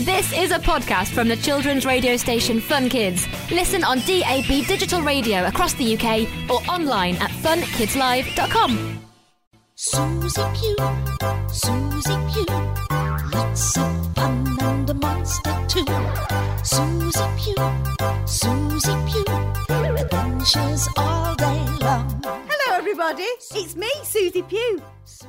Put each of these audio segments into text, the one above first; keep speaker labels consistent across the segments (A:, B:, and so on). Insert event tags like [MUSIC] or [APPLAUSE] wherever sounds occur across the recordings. A: This is a podcast from the children's radio station Fun Kids. Listen on DAB digital radio across the UK or online at funkidslive.com.
B: Susie Q, Susie Q, lots of fun and a monster too. Susie Q, Susie Q, adventures all day long.
C: Hello, everybody. It's me, Susie Pugh.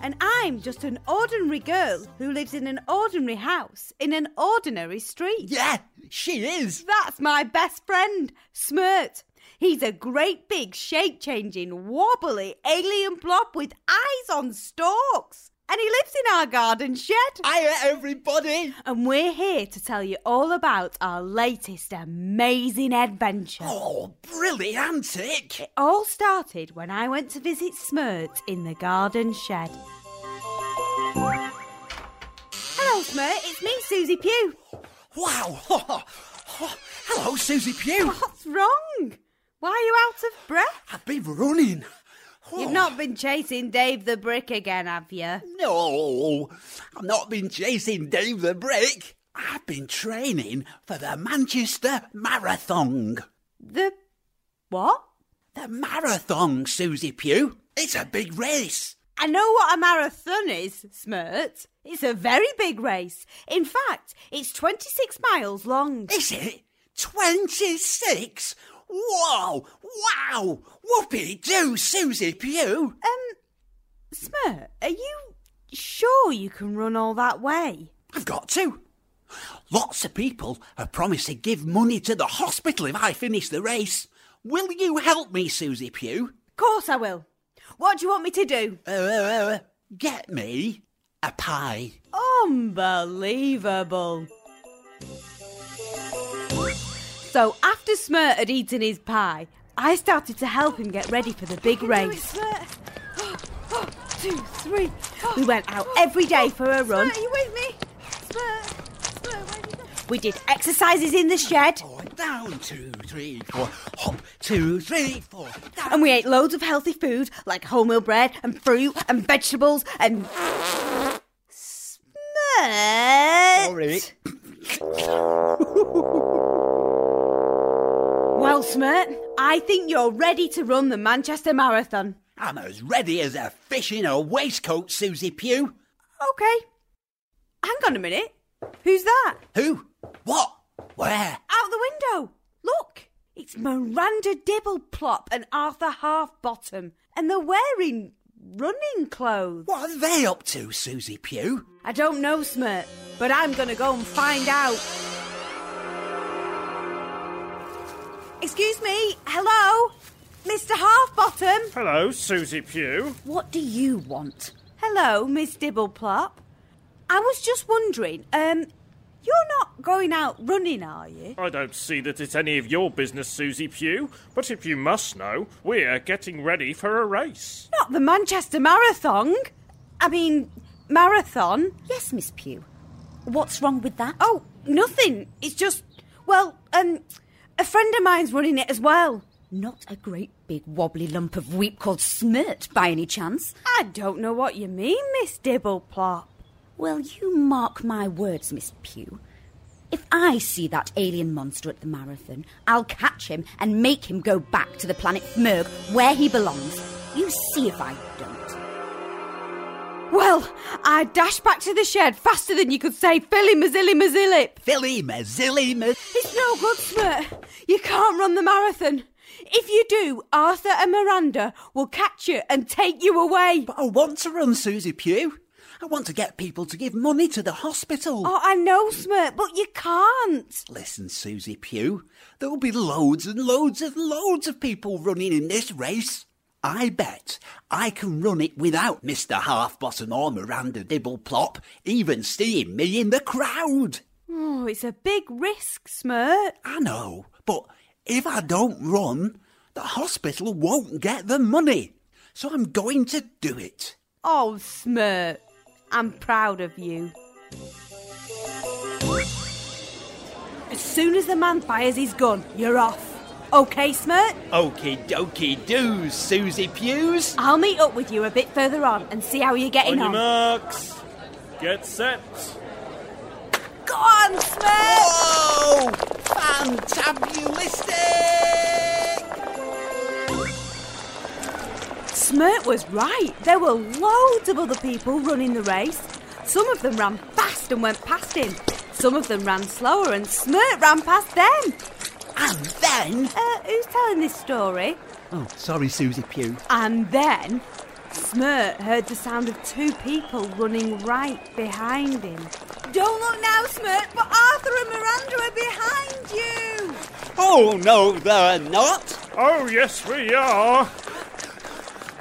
C: And I'm just an ordinary girl who lives in an ordinary house in an ordinary street.
D: Yeah, she is.
C: That's my best friend, Smert. He's a great big shape changing, wobbly alien blob with eyes on stalks. And he lives in our garden shed.
D: Hiya, everybody.
C: And we're here to tell you all about our latest amazing adventure.
D: Oh, brilliantic.
C: It all started when I went to visit Smert in the garden shed. Hello, Smert. It's me, Susie Pugh.
D: Wow. [LAUGHS] Hello, Susie Pugh.
C: What's wrong? Why are you out of breath?
D: I've been running.
C: You've not been chasing Dave the Brick again, have you?
D: Oh, No, I've not been chasing Dave the Brick. I've been training for the Manchester Marathon.
C: The what?
D: The marathon, Susie Pugh. It's a big race.
C: I know what a marathon is, Smert. It's a very big race. In fact, it's 26 miles long.
D: Is it? 26? Whoa! Wow! Whoopee do, Susie Pugh!
C: Smert, are you sure you can run all that way?
D: I've got to. Lots of people have promised to give money to the hospital if I finish the race. Will you help me, Susie Pugh?
C: Of course I will. What do you want me to do?
D: Uh, get me a pie.
C: Unbelievable. So after Smert had eaten his pie, I started to help him get ready for the big race.
E: two, three.
C: We went out every day for a run.
E: Smert, [GASPS] are you with me? Smert, Smert, where have you gone?
C: We did exercises in the shed,
D: Four down, two, three, four. Hop, two, three, four. Down.
C: and we ate loads of healthy food like wholemeal bread and fruit and vegetables and. Smert.
D: Sorry.
C: Well, Smert, I think you're ready to run the Manchester Marathon.
D: I'm as ready as a fish in a waistcoat, Susie Pugh.
C: Okay. Hang on a minute. Who's that?
D: Who? What? Where?
C: Out the window. Look. It's Miranda Dibbleplop and Arthur Halfbottom. And they're wearing running clothes.
D: What are they up to, Susie Pugh?
C: I don't know, Smert, but I'm going to go and find out. Excuse me. Hello? Mr. Halfbottom?
F: Hello, Susie Pugh.
E: What do you want?
C: Hello, Miss Dibbleplop. I was just wondering, um, you're not going out running, are you?
F: I don't see that it's any of your business, Susie Pugh, but if you must know, we're getting ready for a race.
C: Not the Manchester Marathon. I mean, marathon.
E: Yes, Miss Pugh. What's wrong with that?
C: Oh, nothing. It's just, well, um, a friend of mine's running it as well.
E: Not a great big wobbly lump of wheat called Smert, by any chance.
C: I don't know what you mean, Miss Dibbleplop.
E: Well, you mark my words, Miss Pugh. If I see that alien monster at the marathon, I'll catch him and make him go back to the planet Merg where he belongs. You see if I don't.
C: Well, I dashed back to the shed faster than you could say Philly Mazilly Mazillip.
D: Philly, Mazilly, Maz.
C: It's no good, Smert. You can't run the marathon. If you do, Arthur and Miranda will catch you and take you away.
D: But I want to run, Susie Pugh. I want to get people to give money to the hospital.
C: Oh, I know, Smert, but you can't.
D: Listen, Susie Pugh, there will be loads and loads and loads of people running in this race. I bet I can run it without Mr. Halfbottom or Miranda Dibbleplop even seeing me in the crowd.
C: Oh, it's a big risk, Smert.
D: I know, but if I don't run, the hospital won't get the money. So I'm going to do it.
C: Oh, Smert, I'm proud of you. As soon as the man fires his gun, you're off. Okay, Smert?
D: Okie dokie do, Susie Pews.
C: I'll meet up with you a bit further on and see how you're getting
F: on
C: on.
F: your marks, get set.
C: Go on, Smert!
D: Fantabulistic!
C: Smert was right. There were loads of other people running the race. Some of them ran fast and went past him. Some of them ran slower and Smert ran past them.
D: And then...
C: Uh, who's telling this story?
D: Oh, sorry, Susie Pugh.
C: And then Smert heard the sound of two people running right behind him. Don't look now, Smert, but Arthur and Miranda are behind you.
D: Oh, no, they're not.
F: Oh, yes, we are.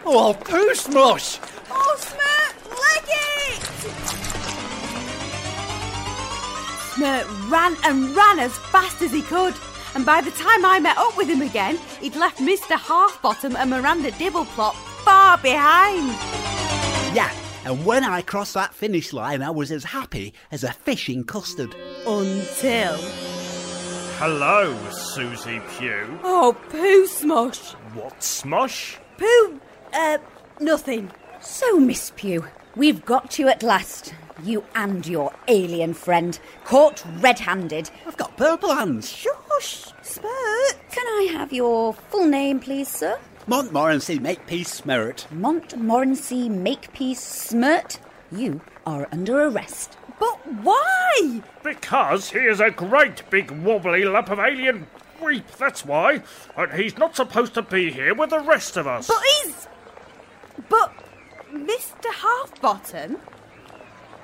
D: Oh, poo smush!
C: Oh, Smert, leg it! Smert ran and ran as fast as he could. And by the time I met up with him again, he'd left Mr. Halfbottom and Miranda Dibbleplop far behind.
D: Yeah, and when I crossed that finish line, I was as happy as a fish in custard.
C: Until.
F: Hello, Susie Pugh.
C: Oh, poo smush.
F: What smush?
C: Poo, uh, nothing.
E: So, Miss Pugh, we've got you at last. You and your alien friend, caught red handed.
D: I've got purple hands.
E: Shush, Spurt. Can I have your full name, please, sir?
D: Montmorency, make peace, Smirt.
E: Montmorency Makepeace Smirt. You are under arrest.
C: But why?
F: Because he is a great big wobbly lump of alien creep, that's why. And he's not supposed to be here with the rest of us.
C: But he's. But Mr. Halfbottom?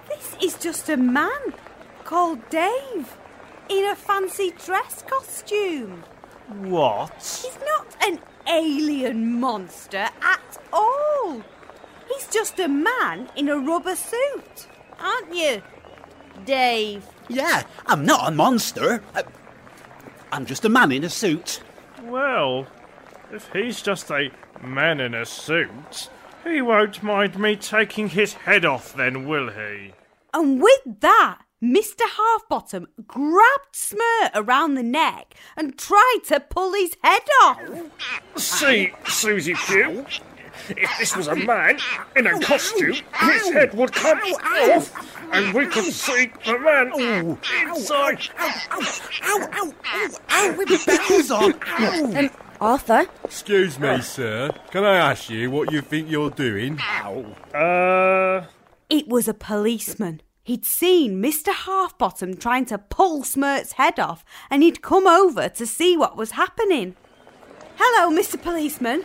C: This is just a man called Dave in a fancy dress costume.
F: what?
C: He's not an alien monster at all. He's just a man in a rubber suit, aren't you, Dave?
D: Yeah, I'm not a monster. I- I'm just a man in a suit.
F: Well, if he's just a man in a suit, he won't mind me taking his head off then, will he?
C: And with that, Mr. Halfbottom grabbed Smert around the neck and tried to pull his head off.
F: See, Susie Pugh, if this was a man in a costume, his head would come off, and we could see the man inside.
D: Ow, ow, ow, ow, with the bells on. Ow.
E: Arthur?
G: Excuse me, sir. Can I ask you what you think you're doing?
F: Uh,
C: It was a policeman. He'd seen Mr. Halfbottom trying to pull Smirt's head off and he'd come over to see what was happening. Hello, Mr. Policeman.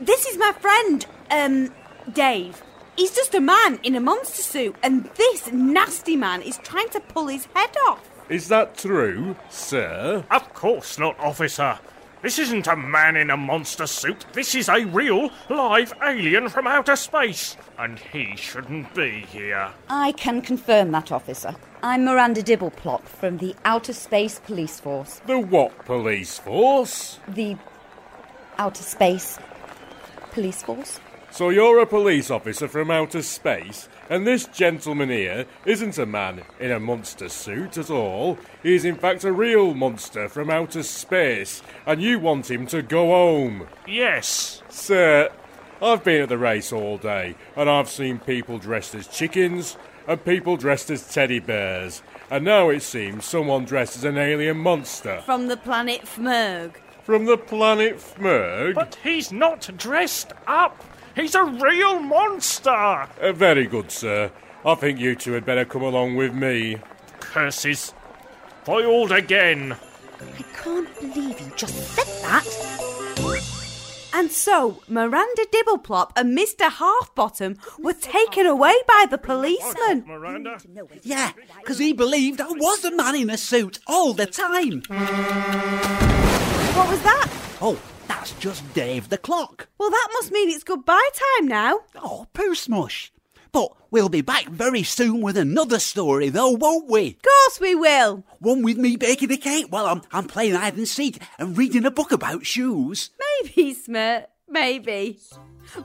C: This is my friend, um, Dave. He's just a man in a monster suit and this nasty man is trying to pull his head off.
G: Is that true, sir?
F: Uh, of course not, officer. This isn't a man in a monster suit. This is a real, live alien from outer space, and he shouldn't be here.
E: I can confirm that, officer. I'm Miranda Dibbleplop from the Outer Space Police Force.
G: The what police force?
E: The Outer Space Police Force?
G: So you're a police officer from outer space, and this gentleman here isn't a man in a monster suit at all. He is in fact a real monster from outer space, and you want him to go home.
F: Yes.
G: Sir, Uh, I've been at the race all day, and I've seen people dressed as chickens and people dressed as teddy bears. And now it seems someone dressed as an alien monster
C: From the planet Fmerg.
G: from the planet E Fmerg.
F: But he's not dressed up. He's a real monster.
G: Uh, very good, sir. I think you two had better come along with me.
F: Curses. Foiled again.
E: I can't believe you just said that.
C: And so Miranda Dibbleplop and Mr. Halfbottom were taken away by the policeman.
F: Miranda.
D: Yeah, 'cause he believed I was a man in a suit all the time.
C: What was that?
D: Oh, that's just Dave the clock.
C: Well, that must mean it's goodbye time now.
D: Oh, poo smush. But we'll be back very soon with another story, though, won't we?
C: Of course we will.
D: One with me baking a cake while I'm, I'm playing hide and seek and reading a book about shoes.
C: Maybe, Smert. Maybe.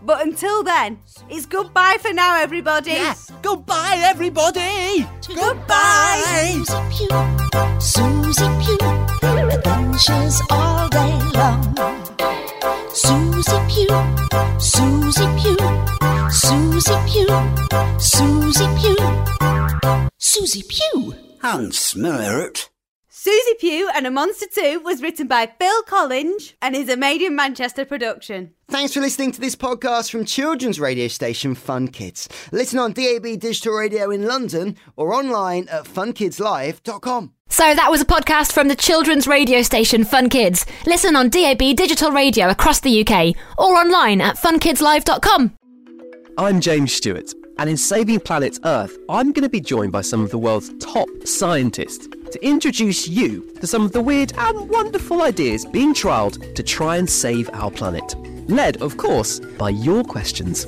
C: But until then, it's goodbye for now, everybody.
D: Goodbye, everybody!
C: Goodbye.
B: Susie Pugh, Susie Pugh, adventures all day long. Susie Pugh, Susie Pugh, Susie Pugh, Susie Pugh, Susie Pugh.
D: And Smirt.
C: Susie Pugh and a Monster 2 was written by Phil Collinge and is a made in Manchester production.
H: Thanks for listening to this podcast from children's radio station Fun Kids. Listen on DAB Digital Radio in London or online at funkidslive.com.
A: So that was a podcast from the children's radio station Fun Kids. Listen on DAB digital radio across the UK or online at funkidslive.com.
I: I'm James Stewart, and in Saving Planet Earth, I'm going to be joined by some of the world's top scientists to introduce you to some of the weird and wonderful ideas being trialled to try and save our planet. Led, of course, by your questions.